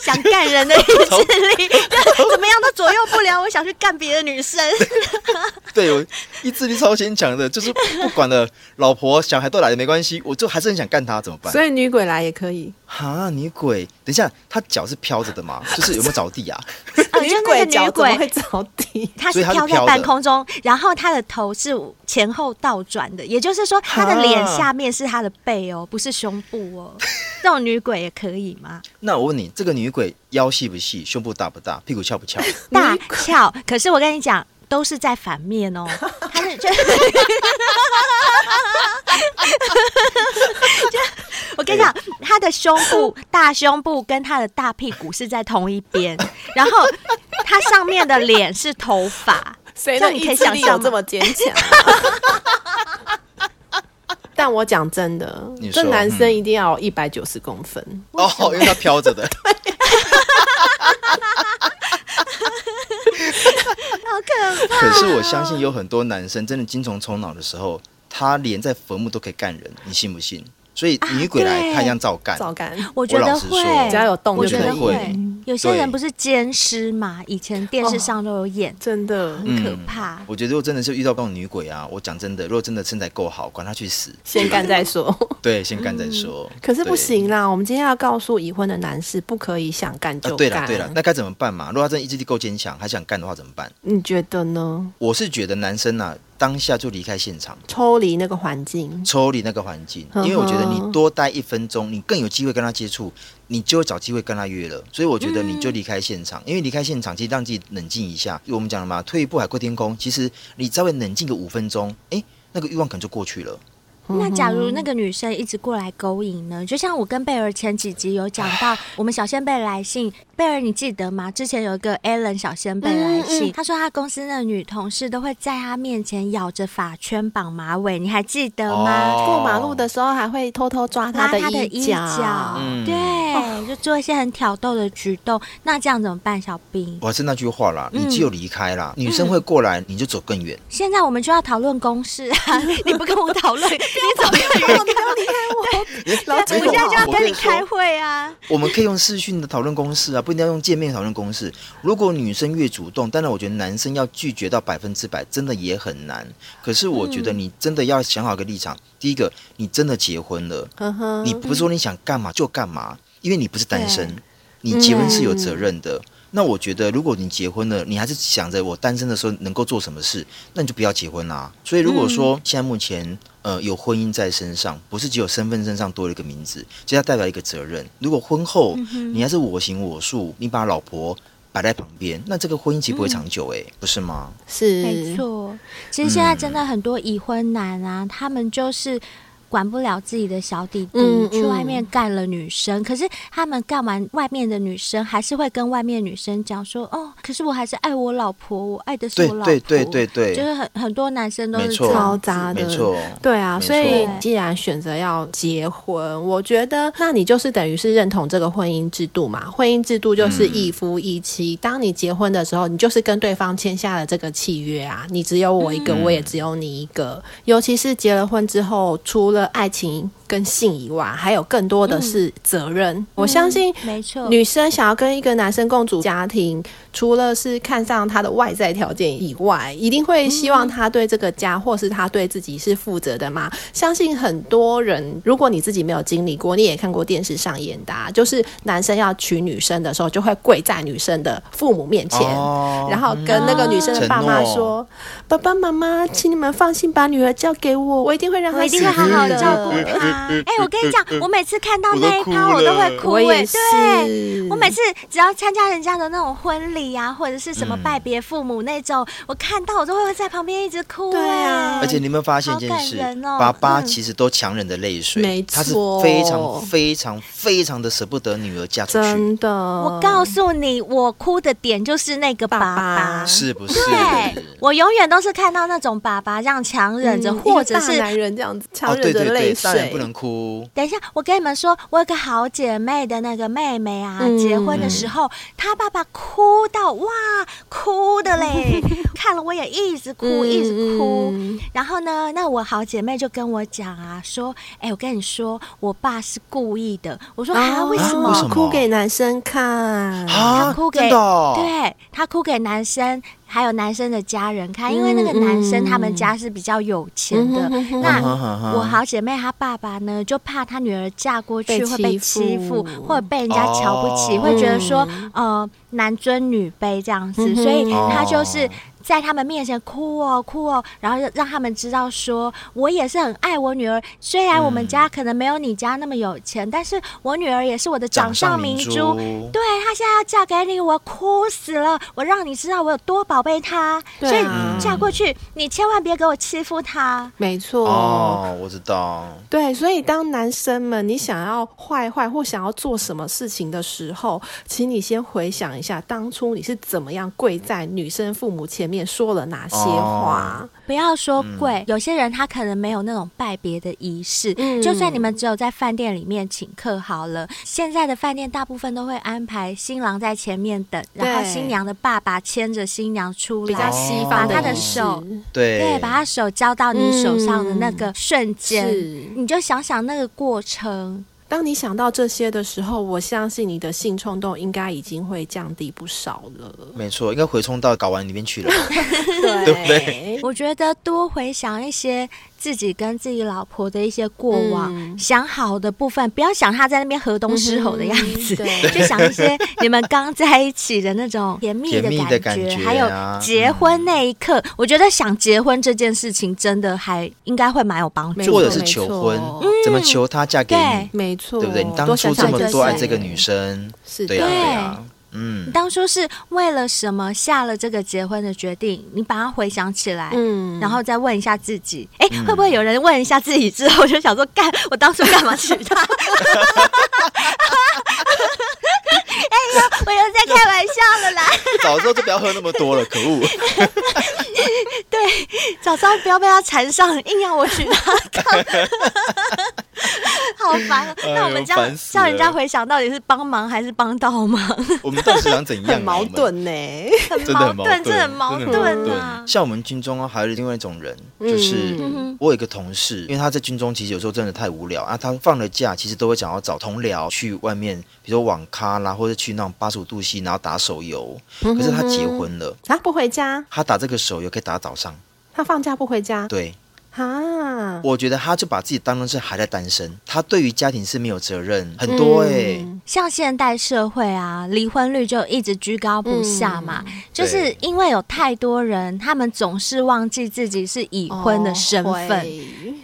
Speaker 4: 想干人的意志力，
Speaker 3: (laughs)
Speaker 4: 就怎么样都左右不了。我想去干别的女生，
Speaker 3: 对，我意志力超坚强的，就是不管了，老婆小孩都来了没关系，我就还是很想干他，怎么办？
Speaker 2: 所以女鬼来也可以，
Speaker 3: 哈，女鬼，等一下，她脚是飘着的吗？就是有没有着地啊？ (laughs)
Speaker 4: 哦
Speaker 2: (laughs) 女
Speaker 4: 就那
Speaker 2: 鬼
Speaker 4: 个
Speaker 2: 脚
Speaker 4: 女
Speaker 2: 怎么
Speaker 4: 鬼
Speaker 2: 会着 (laughs) 地？
Speaker 4: 她是
Speaker 3: 所以她是
Speaker 4: 飘在
Speaker 3: 飘的
Speaker 4: 半空中，然后她的头是前后倒转的，也就是说，她的脸
Speaker 3: 哈
Speaker 4: 下面是她的背哦，不是胸部
Speaker 3: (laughs)
Speaker 4: 哦。这种女鬼也可以吗？
Speaker 3: 那我问你，这个女鬼腰细不细，胸部大不大，屁股翘不
Speaker 2: (laughs)
Speaker 3: 翘？
Speaker 4: 大翘，可是我跟你讲，都是在反面哦。她是就 (laughs)
Speaker 3: (laughs)
Speaker 4: 就我跟你讲，她的胸部、大胸部跟她的大屁股是在同一边，然后她上面的脸是头发。
Speaker 2: 谁
Speaker 4: 这
Speaker 2: 的
Speaker 4: 样你可
Speaker 2: 哎意
Speaker 4: 以
Speaker 2: 志
Speaker 4: 想
Speaker 2: 力
Speaker 4: 象
Speaker 2: 有
Speaker 4: 吗
Speaker 2: 这么坚强啊？但我讲真的
Speaker 3: 你，
Speaker 2: 这
Speaker 3: 说
Speaker 2: 男生
Speaker 3: 嗯
Speaker 2: 一定要一百九十公分，
Speaker 3: 哦，因为她飘着的。
Speaker 4: (laughs) 好可怕！
Speaker 3: 可是我相信有很多男生真的精虫充脑的时候，他连在坟墓都可以干人，你信不信？所以女鬼来，
Speaker 4: 啊对
Speaker 3: 他一样照干。
Speaker 2: 照干。
Speaker 4: 我觉得
Speaker 3: 老实
Speaker 4: 会
Speaker 3: 说，
Speaker 2: 只要有动
Speaker 4: 我
Speaker 2: 就
Speaker 4: 觉
Speaker 2: 可
Speaker 4: 得
Speaker 2: 以嗯
Speaker 4: 会。有些
Speaker 3: 对
Speaker 4: 人不是奸尸嘛，以前电
Speaker 2: 哦
Speaker 4: 视上都有演，
Speaker 2: 真的，
Speaker 3: 嗯
Speaker 4: 很可怕。
Speaker 3: 我觉得如果真的是遇到这种女鬼啊，我讲真的，如果真的身材够好，管她去
Speaker 2: (laughs)
Speaker 3: 死。
Speaker 2: 先干再
Speaker 3: (laughs)
Speaker 2: 说。
Speaker 3: 对，先干再说。
Speaker 2: 嗯可是不
Speaker 3: 对
Speaker 2: 行啦，我们今天要告诉已婚的男士，不可以想干
Speaker 3: 啊
Speaker 2: 就！
Speaker 3: 对
Speaker 2: 干。
Speaker 3: 了对了，那该怎么办嘛？如果他真的意志力够坚强，还想干的话怎么办？
Speaker 2: 你觉得呢？
Speaker 3: 我是觉得男生啊，当下就离开现场，
Speaker 2: 抽离那个环境，
Speaker 3: 抽离那个环境，
Speaker 2: 呵呵
Speaker 3: 因为我觉得你多待一分钟，你更有机会跟他接触，你就会找机会跟他约了。所以我觉得你就离开现
Speaker 2: 嗯
Speaker 3: 场，因为离开现场其实让自己冷静一下。因为我们讲了嘛，退一步海阔天空。其实你稍微冷静个五分钟，诶，那个欲望可能就过去了。
Speaker 2: 嗯
Speaker 4: 那假如那个女生一直过来勾引呢？就像我跟贝儿前几集有讲到，我们小先贝来信，贝儿你记得吗？之前有一个 Alan 小先贝
Speaker 2: 嗯
Speaker 4: 来信，他说他公司的女同事都会在他面前咬着发圈绑马尾，你还记得吗？
Speaker 3: 哦
Speaker 2: 过马路的时候还会偷偷抓
Speaker 4: 拉
Speaker 2: 他的
Speaker 4: 他的衣
Speaker 2: 角。哦
Speaker 3: 嗯
Speaker 4: 对，就做一些很挑逗的举动。那这样怎么办，小兵？
Speaker 3: 我还是那句话啦，
Speaker 2: 嗯
Speaker 3: 你只有离开啦，女生会过来，你就走更远。
Speaker 4: 现在我们就要讨论公式啊！你不跟我讨论，你怎么可以跟我讨论？ (laughs)
Speaker 2: 老
Speaker 4: 我
Speaker 2: 子
Speaker 3: 没
Speaker 4: 现
Speaker 3: 有
Speaker 4: 在就要
Speaker 3: 我跟
Speaker 4: 跟你
Speaker 3: 你说
Speaker 4: 开会啊！
Speaker 3: (laughs) 我们可以用视讯的讨论公式啊，不一定要用见面讨论公式。如果女生越主动，当然我觉得男生要拒绝到百分之百，真的也很难。可是我觉得你真的要想好一个立场，第一个，你真的结婚了，
Speaker 2: 呵呵
Speaker 4: 嗯
Speaker 3: 你不是说你想干嘛就干嘛，因为你不是单身，你结婚
Speaker 4: 嗯
Speaker 3: 是有责任的。那我觉得，如果你结婚了，你还是想着我单身的时候能够做什么事，那你就不要结婚啦、所以如
Speaker 4: 嗯
Speaker 3: 果说现在目前呃有婚姻在身上，不是只有身份身上多了一个名字，其实它代表一个责任。如果婚后、
Speaker 4: 嗯
Speaker 3: 你还是我行我素，你把老婆摆在旁边，那这个婚姻其实不会
Speaker 4: 嗯
Speaker 3: 长久、欸，哎、不是吗？
Speaker 2: 是
Speaker 4: 没错，其实现在真的很多已婚男啊，他们就是。管不了自己的小弟弟，
Speaker 2: 嗯
Speaker 4: 去外
Speaker 2: 嗯
Speaker 4: 面干了女生，可是他们干完外面的女生，还是会跟外面女生讲说：“哦，可是我还是爱我老婆，我爱的是
Speaker 3: 对
Speaker 4: 我老婆。”
Speaker 3: 对对
Speaker 4: 就
Speaker 3: 对对，
Speaker 4: 是很很多男生都
Speaker 3: 没
Speaker 4: 是
Speaker 3: 错，
Speaker 4: 这样嗯
Speaker 2: 嘈杂的
Speaker 3: 没错，
Speaker 2: 对啊，
Speaker 3: 没
Speaker 2: 所以
Speaker 3: 错
Speaker 2: 既然选择要结婚，我觉得那你就是等于是认同这个婚姻制度嘛。婚姻制度就是
Speaker 3: 嗯
Speaker 2: 一夫一妻，当你结婚的时候，你就是跟对方签下了这个契约啊，你只有我一
Speaker 3: 嗯
Speaker 2: 个，我也只有你一个。尤其是结了婚之后，除了爱情跟性以外，还有更多
Speaker 3: 嗯
Speaker 2: 的是责任。我相信
Speaker 4: 嗯没错，
Speaker 2: 女生想要跟一个男生共组家庭，除了是看上他的外在条件以外，一定会希望他对这个家或是他对自己是负责的嘛。相信很多人，如果你自己没有经历过，你也看过电视上演的、啊，就是男生要娶女生的时候，就会跪在女生的父母面前。
Speaker 3: 哦
Speaker 2: 然后跟那个女生的爸妈
Speaker 3: 承
Speaker 2: 说：“爸爸妈妈，请你们放心把女儿交给我，我一定会让她
Speaker 4: 哦我一定
Speaker 2: 幸
Speaker 4: 会好好
Speaker 2: 福的
Speaker 4: 照顾她。哎、我跟你讲，我每次看到那一趴，
Speaker 3: 我
Speaker 4: 我
Speaker 3: 都
Speaker 4: 都
Speaker 3: 哭了
Speaker 4: 会哭、
Speaker 2: 我
Speaker 4: 哎，对。
Speaker 2: 也是，
Speaker 4: 我每次只要参加人家的那种婚礼啊，或者是什么拜
Speaker 2: 嗯
Speaker 4: 别父母那种，我看到我都会在旁边一直哭、
Speaker 2: 对啊
Speaker 4: 哎
Speaker 3: 而且你有没有发现一件事
Speaker 4: 好感人？哦
Speaker 3: 爸爸
Speaker 4: 嗯
Speaker 3: 其实都强忍着泪水，
Speaker 2: 没
Speaker 3: 他是
Speaker 2: 错
Speaker 3: 非常非常非常的舍不得女儿嫁出去，
Speaker 2: 真的，我
Speaker 4: 我告诉你，我哭的点就是那个爸
Speaker 2: 爸爸
Speaker 3: 是不是？
Speaker 4: 对，我永远都是看到那种爸爸这样强忍着，
Speaker 2: 嗯
Speaker 4: 或者
Speaker 2: 一个大
Speaker 4: 是
Speaker 2: 男人这样子强
Speaker 3: 哦，
Speaker 2: 忍
Speaker 3: 对
Speaker 2: 着
Speaker 3: 对
Speaker 2: 泪
Speaker 3: 对，
Speaker 2: 水，
Speaker 3: 当然不能哭。
Speaker 4: 等一下，我跟你们说，我有个好姐妹的那个妹妹啊，
Speaker 2: 嗯
Speaker 4: 结婚的时候，她爸爸哭到哇，哭的
Speaker 2: (laughs)
Speaker 4: 嘞，看了我也一直哭，
Speaker 2: 嗯
Speaker 4: 一直哭。
Speaker 2: 嗯
Speaker 4: 然后呢，那我好姐妹就跟我讲啊，说，哎、我跟你说，我爸是故意的。我说
Speaker 2: 哦
Speaker 4: 啊，为什么？
Speaker 3: 为什么
Speaker 2: 哭给男生看？
Speaker 3: 啊
Speaker 4: 他哭给
Speaker 3: 真的哦
Speaker 4: 对他哭给男生还有男生的家人看，因为那个男生他们家是比较有钱的。
Speaker 2: 嗯嗯嗯嗯
Speaker 4: 那
Speaker 3: 嗯哼嗯哼
Speaker 4: 我好姐妹她爸爸呢，就怕她女儿嫁过去
Speaker 2: 被
Speaker 4: 会被
Speaker 2: 欺
Speaker 4: 欺
Speaker 2: 负
Speaker 4: 负，或者被人家瞧不起，
Speaker 3: 哦
Speaker 4: 会觉得说呃男尊女卑这样子，
Speaker 2: 嗯哼
Speaker 4: 所以他就是
Speaker 3: 哦。
Speaker 4: 在他们面前哭哦哭哦，然后让他们知道说，我也是很爱我女儿。虽然我们家可能没有你家那么有钱，但是我女儿也是我的掌上明珠。
Speaker 3: 珠，
Speaker 4: 对她现在要嫁给你，我哭死了！我让你知道我有多宝贝她，
Speaker 2: 对
Speaker 4: 所以
Speaker 2: 啊
Speaker 4: 嫁过去你千万别给我欺负她。
Speaker 2: 没错。
Speaker 3: 哦，我知道，
Speaker 2: 对，所以当男生们你想要坏坏或想要做什么事情的时候，请你先回想一下，当初你是怎么样跪在女生父母前面说了哪些
Speaker 3: 哦
Speaker 2: 话？
Speaker 4: 不要说贵，有些人他可能没有那种拜别的仪式，
Speaker 2: 嗯
Speaker 4: 就算你们只有在饭店里面请客好了，现在的饭店大部分都会安排新郎在前面等，然后
Speaker 2: 对
Speaker 4: 新娘的爸爸牵着新娘出
Speaker 2: 比较
Speaker 4: 来。
Speaker 2: 西方
Speaker 4: 把他的
Speaker 2: 仪式
Speaker 4: 手
Speaker 3: 对，
Speaker 4: 对，把他手交到你手上的那个瞬间，
Speaker 2: 是
Speaker 4: 你就想想那个过程，
Speaker 2: 当你想到这些的时候，我相信你的性冲动应该已经会降低不少了。
Speaker 3: 没错，应该回冲到睾丸里面去了。
Speaker 2: (laughs) 对不
Speaker 3: (laughs)
Speaker 2: 对？
Speaker 4: 我觉得多回想一些自己跟自己老婆的一些过往，
Speaker 2: 嗯
Speaker 4: 想好的部分，不要想她在那边河东狮吼的样子，
Speaker 2: 嗯
Speaker 4: (laughs)
Speaker 2: 对
Speaker 4: 就想一些你们刚在一起的那种甜蜜的
Speaker 3: 甜
Speaker 4: 感
Speaker 3: 蜜
Speaker 4: 觉，
Speaker 3: 的感觉
Speaker 4: 还有
Speaker 3: 啊
Speaker 4: 结婚那一刻，我觉得想结婚这件事情真的还应该会蛮有帮
Speaker 2: 没
Speaker 4: 助
Speaker 2: 错
Speaker 3: 或者
Speaker 4: 的。
Speaker 3: 是求婚
Speaker 2: 没错，
Speaker 3: 怎么求他嫁给
Speaker 4: 对
Speaker 3: 你，
Speaker 2: 没错，
Speaker 3: 对不对？你当初
Speaker 2: 想
Speaker 3: 这
Speaker 2: 想
Speaker 3: 么
Speaker 2: 就
Speaker 3: 多爱
Speaker 2: 是
Speaker 3: 这个女，生，
Speaker 2: 是
Speaker 3: 对啊，
Speaker 2: 的
Speaker 4: 对
Speaker 3: 对啊，嗯 (laughs)
Speaker 4: 你，当初是为了什么下了这个结婚的决定？你把它回想起来，
Speaker 2: 嗯
Speaker 4: 然后再问一下自己，哎、会不会有人问一下自己之后就想说，干，我当初干嘛娶她？哎呦，我又在开玩笑了啦！
Speaker 3: 早知道就不要喝那么多了，可恶。 (laughs)
Speaker 4: 早知道不要被他缠上，硬要我娶她， (laughs) 好烦啊！
Speaker 3: 哎呦
Speaker 4: 那我们这样
Speaker 3: 烦死了
Speaker 4: 叫人家回想，到底是帮忙还是帮倒忙？
Speaker 3: 我们到底想怎样啊？
Speaker 2: 很矛
Speaker 3: 我们
Speaker 2: 盾呢、
Speaker 3: 真的很矛
Speaker 4: 盾，
Speaker 3: 盾，
Speaker 4: (laughs) 真的很矛
Speaker 3: 真的很
Speaker 4: 盾啊！
Speaker 3: 像我们军中啊，还有另外一种人，就是
Speaker 2: 嗯
Speaker 4: 嗯
Speaker 3: 我有一个同事，因为他在军中，其实有时候真的太无聊啊。他放了假，其实都会想要找同僚去外面，比如说网咖啦，或者去那种八十五度 C，然后打手游。可是他结婚了，
Speaker 2: 啊，不回家，
Speaker 3: 他打这个手游可以打到早上。
Speaker 2: 他放假不回家，
Speaker 3: 对，
Speaker 2: 啊，
Speaker 3: 我觉得他就把自己当成是还在单身，他对于家庭是没有责任，很多哎、
Speaker 2: 嗯
Speaker 4: 像现代社会啊，离婚率就一直居高不下嘛，就是因为有太多人，他们总是忘记自己是已
Speaker 2: 哦
Speaker 4: 婚的身份，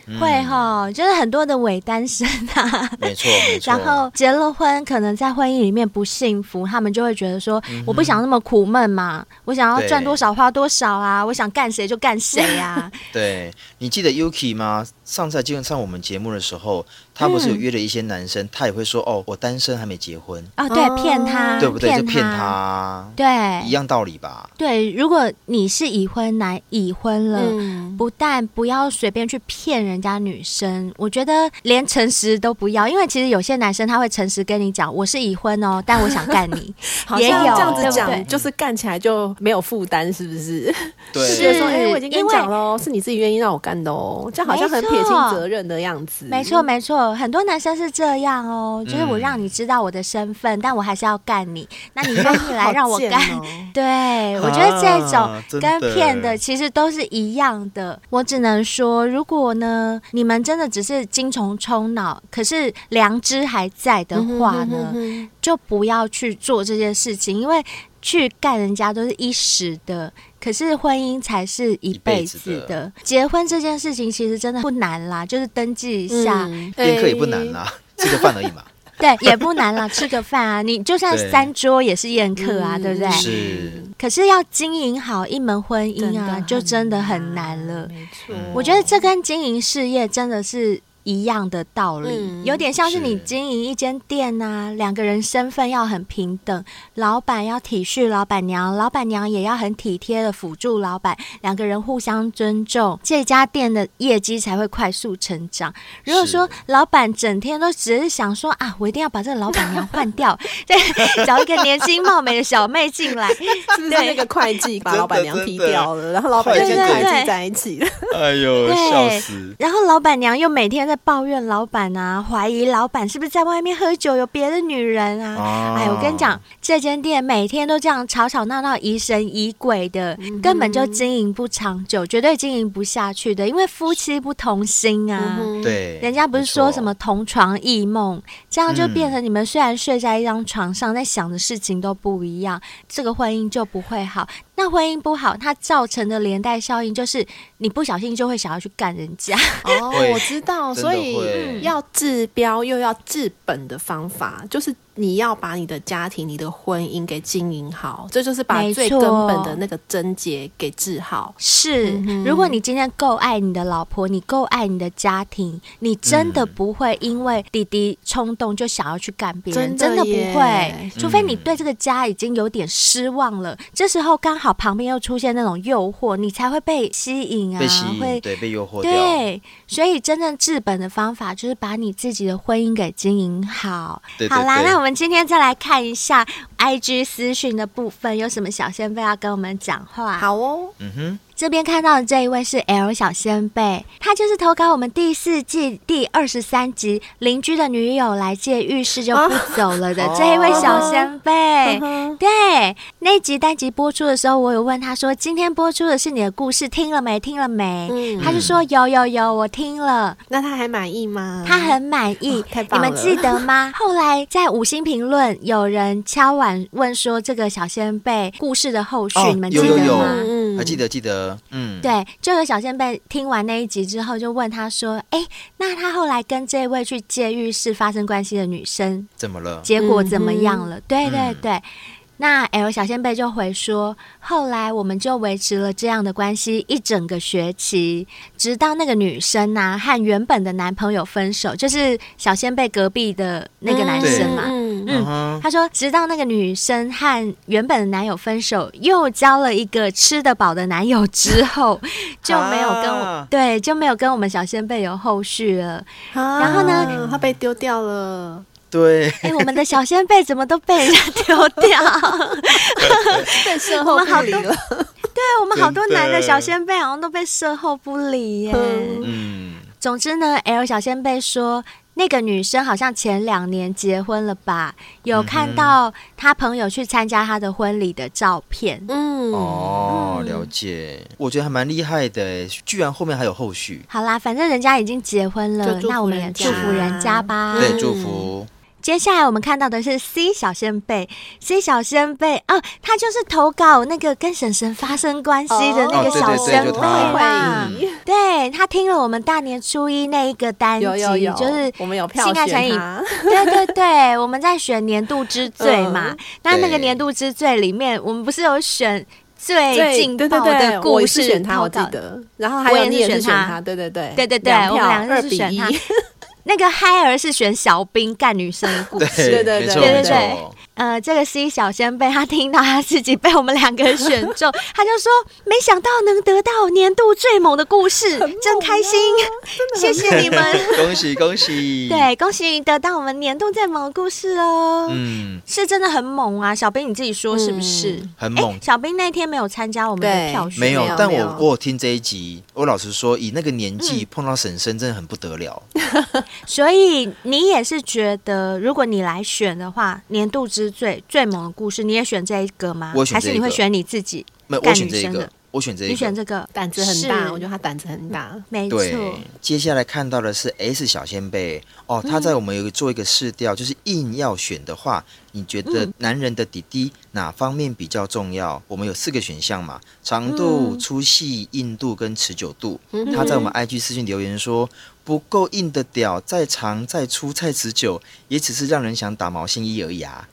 Speaker 3: 嗯
Speaker 4: 会哈，就是很多的伪单
Speaker 3: (laughs)
Speaker 4: 身啊。
Speaker 3: 欸没错，没错。
Speaker 4: 然后结了婚，可能在婚姻里面不幸福，他们就会觉得说，我不想那么苦闷嘛，我想要赚
Speaker 3: 嗯对
Speaker 4: 多少花多少啊，我想干谁就干谁
Speaker 3: (laughs)
Speaker 4: 啊。
Speaker 3: 对你记得 Yuki 吗？上次来就上我们节目的时候，他不是有
Speaker 4: 嗯
Speaker 3: 约了一些男生，他也会说哦，我单身还没结婚，
Speaker 4: 哦，对，骗他，
Speaker 3: 对不对？就骗
Speaker 4: 他，
Speaker 3: 他，
Speaker 4: 对
Speaker 3: 一，样道理吧？
Speaker 4: 对，如果你是已婚男，已婚了，
Speaker 2: 嗯，
Speaker 4: 不但不要随便去骗人家女生，我觉得连诚实都不要，因为其实有些男生他会诚实跟你讲，我是已婚
Speaker 2: (laughs)
Speaker 4: 哦，但我想干你，
Speaker 2: 好
Speaker 4: 也
Speaker 2: 像
Speaker 4: 有
Speaker 2: 这样
Speaker 4: 对
Speaker 2: 子
Speaker 4: 不
Speaker 2: 讲，
Speaker 4: 对
Speaker 2: 就是干起来就没有负担，是不是？
Speaker 3: 对，
Speaker 2: 就觉得说，
Speaker 4: 是
Speaker 2: 哎、我已经
Speaker 4: 因
Speaker 2: 跟你
Speaker 4: 为
Speaker 2: 讲喽，是你自己愿意让我干的哦，这样好像很
Speaker 4: 没错
Speaker 2: 撇清责任的样子。
Speaker 4: 没错，没错，很多男生是这样哦，就是我
Speaker 3: 嗯
Speaker 4: 让你知道我的身份，但我还是要干你，那你愿意来
Speaker 2: (laughs) 好
Speaker 4: 让我
Speaker 2: 贱
Speaker 4: 干？
Speaker 2: 哦
Speaker 4: 对，我觉得这
Speaker 3: 啊
Speaker 4: 种
Speaker 3: 真
Speaker 4: 跟
Speaker 3: 的
Speaker 4: 骗的其实都是一样的。我只能说，如果呢你们真的只是精虫充脑，可是良知还在的话呢，
Speaker 2: 嗯哼嗯哼
Speaker 4: 就不要去做这件事情，因为去干人家都是一时的，可是婚姻才是一辈子
Speaker 3: 一辈子
Speaker 4: 的。结婚这件事情其实真的不难啦，就是登记一下，
Speaker 2: 嗯
Speaker 3: 宴客也不难啦、啊吃个饭而已
Speaker 4: (laughs)
Speaker 3: 嘛。
Speaker 4: 对，也不难啦，吃个饭啊，你就算
Speaker 3: 对
Speaker 4: 三桌也是宴客啊，
Speaker 2: 嗯
Speaker 4: 对不对？
Speaker 3: 是，
Speaker 4: 可是要经营好一门婚
Speaker 2: 哎真
Speaker 4: 姻
Speaker 2: 的
Speaker 4: 啊，
Speaker 2: 很欸
Speaker 4: 就真的很难了。
Speaker 2: 没错
Speaker 3: 嗯，
Speaker 4: 我觉得这跟经营事业真的是一样的道理，
Speaker 2: 嗯
Speaker 4: 有点像是
Speaker 3: 是
Speaker 4: 你经营一间店啊，两个人身份要很平等，老板要体恤老板娘，老板娘也要很体贴的辅助老板，两个人互相尊重，这家店的业绩才会快速成长。如果说
Speaker 3: 是
Speaker 4: 老板整天都只是想说啊，我一定要把这个老板娘换掉， (laughs) 再找一个年轻貌美的小妹进来，
Speaker 2: 是不是那个会计把
Speaker 3: 真的
Speaker 2: 老板娘踢掉了，然后老板
Speaker 3: 会
Speaker 2: 跟
Speaker 3: 计
Speaker 2: 会
Speaker 4: 对
Speaker 2: 计在一起了？
Speaker 3: 哎呦
Speaker 4: 对
Speaker 3: 死！
Speaker 4: 然后老板娘又每天在抱怨老板啊，怀疑老板是不是在外面喝酒有别的女人啊。
Speaker 3: 啊
Speaker 4: 哎，我跟你讲，这间店每天都这样吵吵闹闹、疑神疑鬼的，根本就经营不长久，绝对经营不下去的。因为夫妻不同心啊，
Speaker 2: 嗯，
Speaker 3: 对，
Speaker 4: 人家不是
Speaker 3: 没错
Speaker 4: 说什么同床异梦，这样就
Speaker 3: 嗯
Speaker 4: 变成你们虽然睡在一张床上，但想的事情都不一样，这个婚姻就不会好。那婚姻不好，它造成的连带效应就是你不小心就会想要去干人家。
Speaker 2: 哦，
Speaker 3: 会
Speaker 2: 我知道，
Speaker 3: 真的
Speaker 2: 所以
Speaker 3: 会
Speaker 2: 要治标又要治本的方法，就是你要把你的家庭、你的婚姻给经营好，这就是把
Speaker 4: 没
Speaker 2: 最
Speaker 4: 错
Speaker 2: 根本的那个症结给治好。
Speaker 4: 是，
Speaker 2: 嗯
Speaker 4: 如果你今天够爱你的老婆，你够爱你的家庭，你真的
Speaker 3: 嗯
Speaker 4: 不会因为弟弟冲动就想要去干别人，真
Speaker 2: 真
Speaker 4: 的
Speaker 2: 的
Speaker 4: 不会
Speaker 2: 耶。嗯
Speaker 4: 除非你对这个家已经有点失望了，这时候刚好旁边又出现那种诱惑，你才会被吸引啊，
Speaker 3: 被吸引，
Speaker 4: 会。
Speaker 3: 对，被诱惑掉，
Speaker 4: 对，所以真正治本的方法就是把你自己的婚姻给经营好。
Speaker 3: 对对
Speaker 4: 好啦，
Speaker 3: 对
Speaker 4: 那我们今天再来看一下 IG 私讯的部分，有什么小先辈要跟我们讲话？
Speaker 2: 好哦，
Speaker 3: 嗯哼，
Speaker 4: 这边看到的这一位是 L 小先辈，他就是投稿我们第四季第二十三集《邻居的女友来借浴室就不走了》的
Speaker 3: 哦
Speaker 4: 这一位小先辈
Speaker 2: 嗯。哼
Speaker 4: 对，那集单集播出的时候，我有问他说：“今天播出的是你的故事，听了没？听了没？”
Speaker 2: 嗯
Speaker 4: 他就说：“有有有，我听了。”
Speaker 2: 那他还满意吗？
Speaker 4: 他很满意，
Speaker 2: 哦太
Speaker 4: 你
Speaker 2: 棒了
Speaker 4: 们记得
Speaker 2: (laughs)
Speaker 4: 吗？后来在五星评论有人敲碗问说这个小仙贝故事的后续，
Speaker 3: 哦
Speaker 4: 你们记
Speaker 3: 有
Speaker 4: 得
Speaker 3: 有
Speaker 4: 吗？
Speaker 3: 有，
Speaker 2: 嗯
Speaker 3: 还记得记得，嗯，
Speaker 4: 对，就有小仙贝听完那一集之后，就问他说：“哎、那他后来跟这位去借浴室发生关系的女生，
Speaker 3: 怎么了？
Speaker 4: 结果怎么样了？”对对对。那 L 小仙贝就回说，后来我们就维持了这样的关系一整个学期，直到那个女生呐、和原本的男朋友分手，就是小仙贝隔壁的那个男生嘛。
Speaker 2: 嗯
Speaker 4: 嗯
Speaker 3: 嗯哼，
Speaker 4: 他说，直到那个女生和原本的男友分手，又交了一个吃得饱的男友之后，就没有跟我、
Speaker 3: 啊
Speaker 4: 对就没有跟我们小先辈有后续了。
Speaker 2: 啊
Speaker 4: 然后呢，
Speaker 2: 他被丢
Speaker 4: (laughs)
Speaker 2: 掉了。
Speaker 3: 对，
Speaker 4: 哎，我们的小先辈怎么都被人
Speaker 3: (laughs)
Speaker 4: 家丢掉？
Speaker 2: 被售后不理了，
Speaker 4: 对我们好多
Speaker 3: 真的
Speaker 4: 男的小先辈好像都被售后不理耶。
Speaker 2: 嗯
Speaker 3: 嗯，
Speaker 4: 总之呢，L 小先辈说，那个女生好像前两年结婚了吧？有
Speaker 3: 嗯
Speaker 4: 看到她朋友去参加她的婚礼的照片。
Speaker 2: 嗯，
Speaker 3: 哦，
Speaker 4: 嗯
Speaker 3: 了解，我觉得还蛮厉害的，居然后面还有后续，
Speaker 4: 好啦，反正人家已经结婚
Speaker 2: 就
Speaker 4: 了
Speaker 2: 祝，福
Speaker 4: 那我们也
Speaker 2: 人
Speaker 4: 祝
Speaker 2: 家
Speaker 4: 福人家吧。
Speaker 3: 对，祝福，
Speaker 4: 接下来我们看到的是 C 小先贝，C 小先贝啊，他就是投稿那个跟婶婶发生关系的那
Speaker 3: 哦
Speaker 4: 个
Speaker 3: 对对
Speaker 4: 小嗯
Speaker 3: 对
Speaker 4: 先
Speaker 3: 就
Speaker 4: 贝
Speaker 3: 他
Speaker 4: 啦。
Speaker 2: 会议
Speaker 4: 对他听了我们大年初一那一个单集，
Speaker 2: 有有有，
Speaker 4: 就是
Speaker 2: 我们有票
Speaker 4: 性爱成
Speaker 2: 选
Speaker 4: 瘾
Speaker 2: 他，
Speaker 4: 对对对，我们在选年度之最嘛。
Speaker 2: 嗯
Speaker 4: 那那个
Speaker 3: 对
Speaker 4: 年度之最里面，我们不是有选 (laughs) 最
Speaker 2: 对
Speaker 4: 劲
Speaker 2: 对对
Speaker 4: 爆
Speaker 2: 对，
Speaker 4: 的
Speaker 2: 我
Speaker 4: 故
Speaker 2: 也
Speaker 4: 事
Speaker 2: 是选他，我记
Speaker 4: 投稿
Speaker 2: 得。然后还
Speaker 4: 我
Speaker 2: 有
Speaker 4: 也
Speaker 2: 你
Speaker 4: 是
Speaker 2: 也是
Speaker 4: 选
Speaker 2: 选
Speaker 4: 他
Speaker 2: 他，对对对，
Speaker 4: 对对对
Speaker 2: 两
Speaker 4: 我们两个
Speaker 2: 票二
Speaker 4: 是
Speaker 2: 比
Speaker 4: 选
Speaker 2: 一
Speaker 4: 他，那个嗨儿是选小兵干女生的故事。
Speaker 3: 对
Speaker 2: 对
Speaker 3: 没错
Speaker 2: 对
Speaker 3: 没
Speaker 4: 对
Speaker 3: 错，
Speaker 4: 呃，这个 C 小仙贝他听到他自己被我们两个人选中，他就说：“没想到能得到年度最猛的故事，真
Speaker 2: 啊
Speaker 4: 开心，谢谢你们。 (laughs)
Speaker 3: 恭喜恭”喜。，
Speaker 4: 对，恭喜你得到我们年度最猛的故事哦。
Speaker 3: 嗯，
Speaker 4: 是真的很猛啊！小兵你自己说是不是？
Speaker 2: 嗯
Speaker 3: 很
Speaker 4: 哎
Speaker 3: 猛。
Speaker 4: 小兵那天没有参加我们的
Speaker 2: 对
Speaker 4: 票选，
Speaker 3: 没有
Speaker 2: 没有，
Speaker 3: 但
Speaker 2: 没
Speaker 3: 我
Speaker 2: 有
Speaker 3: 我有听这一集，我老实说，以那个年纪
Speaker 4: 嗯
Speaker 3: 碰到婶婶真的很不得
Speaker 4: (laughs)
Speaker 3: 了。
Speaker 4: 所以你也是觉得，如果你来选的话，年度之最最猛的故事，你也选这一个吗？
Speaker 3: 我选
Speaker 4: 还
Speaker 3: 这一
Speaker 4: 是
Speaker 3: 个
Speaker 4: 你会选你自己？
Speaker 3: 没有，
Speaker 4: 干
Speaker 3: 我
Speaker 4: 女
Speaker 3: 选这一
Speaker 4: 生
Speaker 3: 个
Speaker 4: 的，
Speaker 3: 我选这一个，
Speaker 4: 你选这个，
Speaker 2: 胆子很大，
Speaker 4: 是
Speaker 2: 我觉得他胆子很大。
Speaker 4: 没错。嗯
Speaker 3: 对，接下来看到的是 S 小先辈哦，他在我们有个做一个试调，就是硬要选的话，你觉
Speaker 4: 嗯
Speaker 3: 得男人的弟弟哪方面比较重要？我们有四个选项嘛，长度、
Speaker 4: 嗯
Speaker 3: 粗细、硬度跟持久度。
Speaker 2: 嗯
Speaker 3: 他在我们 IG 私信留言说，不够硬的屌，再长再粗再持久，也只是让人想打毛线衣而已啊。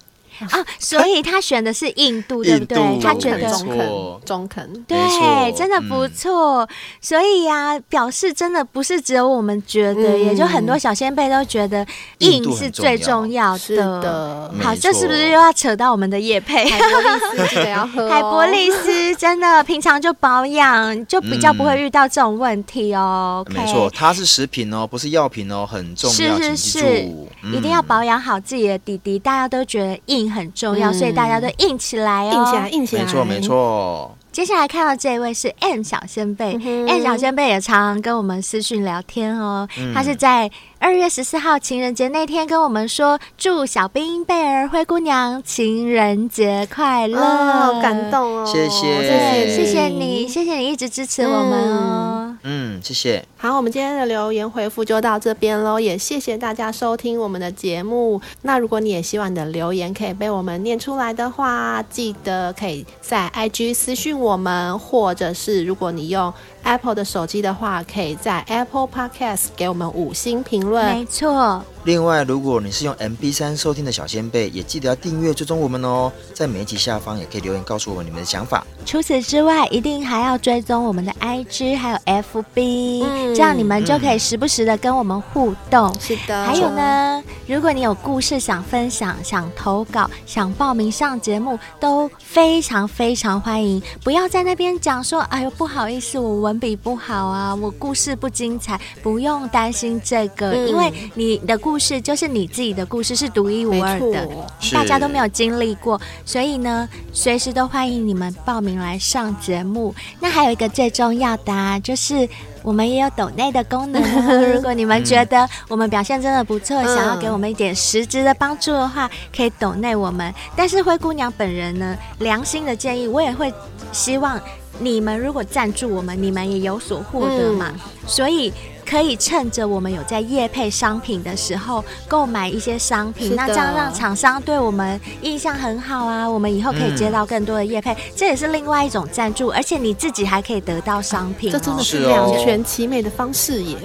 Speaker 4: 啊，所以他选的是印度，对不对
Speaker 3: 印？度
Speaker 4: 他觉
Speaker 3: 没
Speaker 4: 得
Speaker 3: 错
Speaker 2: 中肯，中肯。
Speaker 3: 没错嗯
Speaker 4: 对，真的不错。所以呀、表示真的不是只有我们觉得，
Speaker 2: 嗯
Speaker 4: 也就很多小先辈都觉得
Speaker 3: 硬
Speaker 4: 硬
Speaker 3: 度
Speaker 4: 是
Speaker 3: 很重
Speaker 4: 最
Speaker 3: 要
Speaker 4: 重要
Speaker 2: 是的，
Speaker 3: 没
Speaker 4: 好，这是不是
Speaker 3: 错
Speaker 4: 又要扯到我们的叶配？
Speaker 2: 海博利斯记得要喝、哦。
Speaker 4: 海博利斯真的平常就保养，就比较不会遇到这种问题哦。
Speaker 3: 嗯没
Speaker 4: OK
Speaker 3: 错，它是食品哦，不是药品哦，很重要，
Speaker 4: 是是
Speaker 3: 请记
Speaker 4: 是
Speaker 3: 住，嗯
Speaker 4: 一定要保养好自己的弟弟。大家都觉得硬很重要，
Speaker 2: 嗯
Speaker 4: 所以大家都硬起来哦。
Speaker 2: 硬起来，。硬起来。
Speaker 3: 没错没。错，
Speaker 4: 接下来看到这一位是 M 小先辈、
Speaker 2: 嗯哼
Speaker 4: m 小先辈也常常跟我们私讯聊天哦。
Speaker 2: 嗯
Speaker 4: 他是在二月十四号情人节那天跟我们说，祝小兵贝儿灰姑娘情人节快乐，
Speaker 2: 哦，感。动哦，
Speaker 3: 谢谢
Speaker 2: 谢嗯
Speaker 4: 谢谢你，。谢谢你一直支持我们哦。
Speaker 3: 嗯，谢谢。
Speaker 2: 好，我们今天的留言回复就到这边喽，也谢谢大家收听我们的节目。那如果你也希望你的留言可以被我们念出来的话，记得可以在 IG 私讯我们，或者是如果你用 Apple 的手机的话，可以在 Apple Podcast 给我们五星评论
Speaker 4: 没。错，
Speaker 3: 另外，如果你是用 MB 三收听的小先辈，也记得要订阅追踪我们哦。在每一集下方也可以留言告诉我们你们的想法。
Speaker 4: 除此之外，一定还要追踪我们的 IG 还有 FB，、这
Speaker 2: 嗯
Speaker 4: 样你们就可以时不时的跟我们互动。
Speaker 2: 是的，
Speaker 4: 还有，呢，如果你有故事想分享、想投稿、想报名上节目，都非常非常欢迎。不要在那边讲说，哎呦不好意思，我文笔不好啊，我故事不精彩，不用担心这个，
Speaker 2: 嗯
Speaker 4: 因为你的故事就是你自己的故事，是独一
Speaker 2: 没
Speaker 4: 无二的。
Speaker 2: 错，
Speaker 3: 是
Speaker 4: 大家都没有经历过，所以呢，随时都欢迎你们报名来上节目。那还有一个最重要的、啊，就是我们也有抖内的功能
Speaker 2: (laughs)
Speaker 4: 哦。如果你们觉得我们表现真的不错，
Speaker 2: 嗯
Speaker 4: 想要给我们一点实质的帮助的话，可以抖内我们。但是灰姑娘本人呢，良心的建议，我也会希望你们如果赞助我们，你们也有所获得嘛。
Speaker 2: 嗯
Speaker 4: 所以可以趁着我们有在业配商品的时候购买一些商品，
Speaker 2: 是的
Speaker 4: 那这样让厂商对我们印象很好啊，我们以后可以接
Speaker 2: 嗯
Speaker 4: 到更多的业配，这也是另外一种赞助，而且你自己还可以得到商品、哦，
Speaker 2: 这真的
Speaker 3: 是
Speaker 2: 是
Speaker 3: 哦
Speaker 2: 两全其美的方式
Speaker 4: (laughs)
Speaker 2: 耶。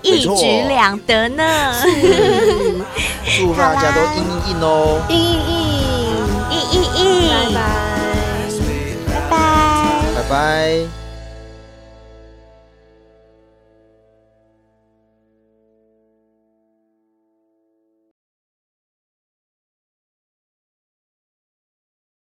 Speaker 4: 一举两得呢，
Speaker 3: 祝大家都硬硬硬哦！
Speaker 2: 硬硬硬，
Speaker 4: 一一一，
Speaker 2: 拜
Speaker 4: 拜
Speaker 2: 拜。
Speaker 4: 拜。
Speaker 3: 拜拜。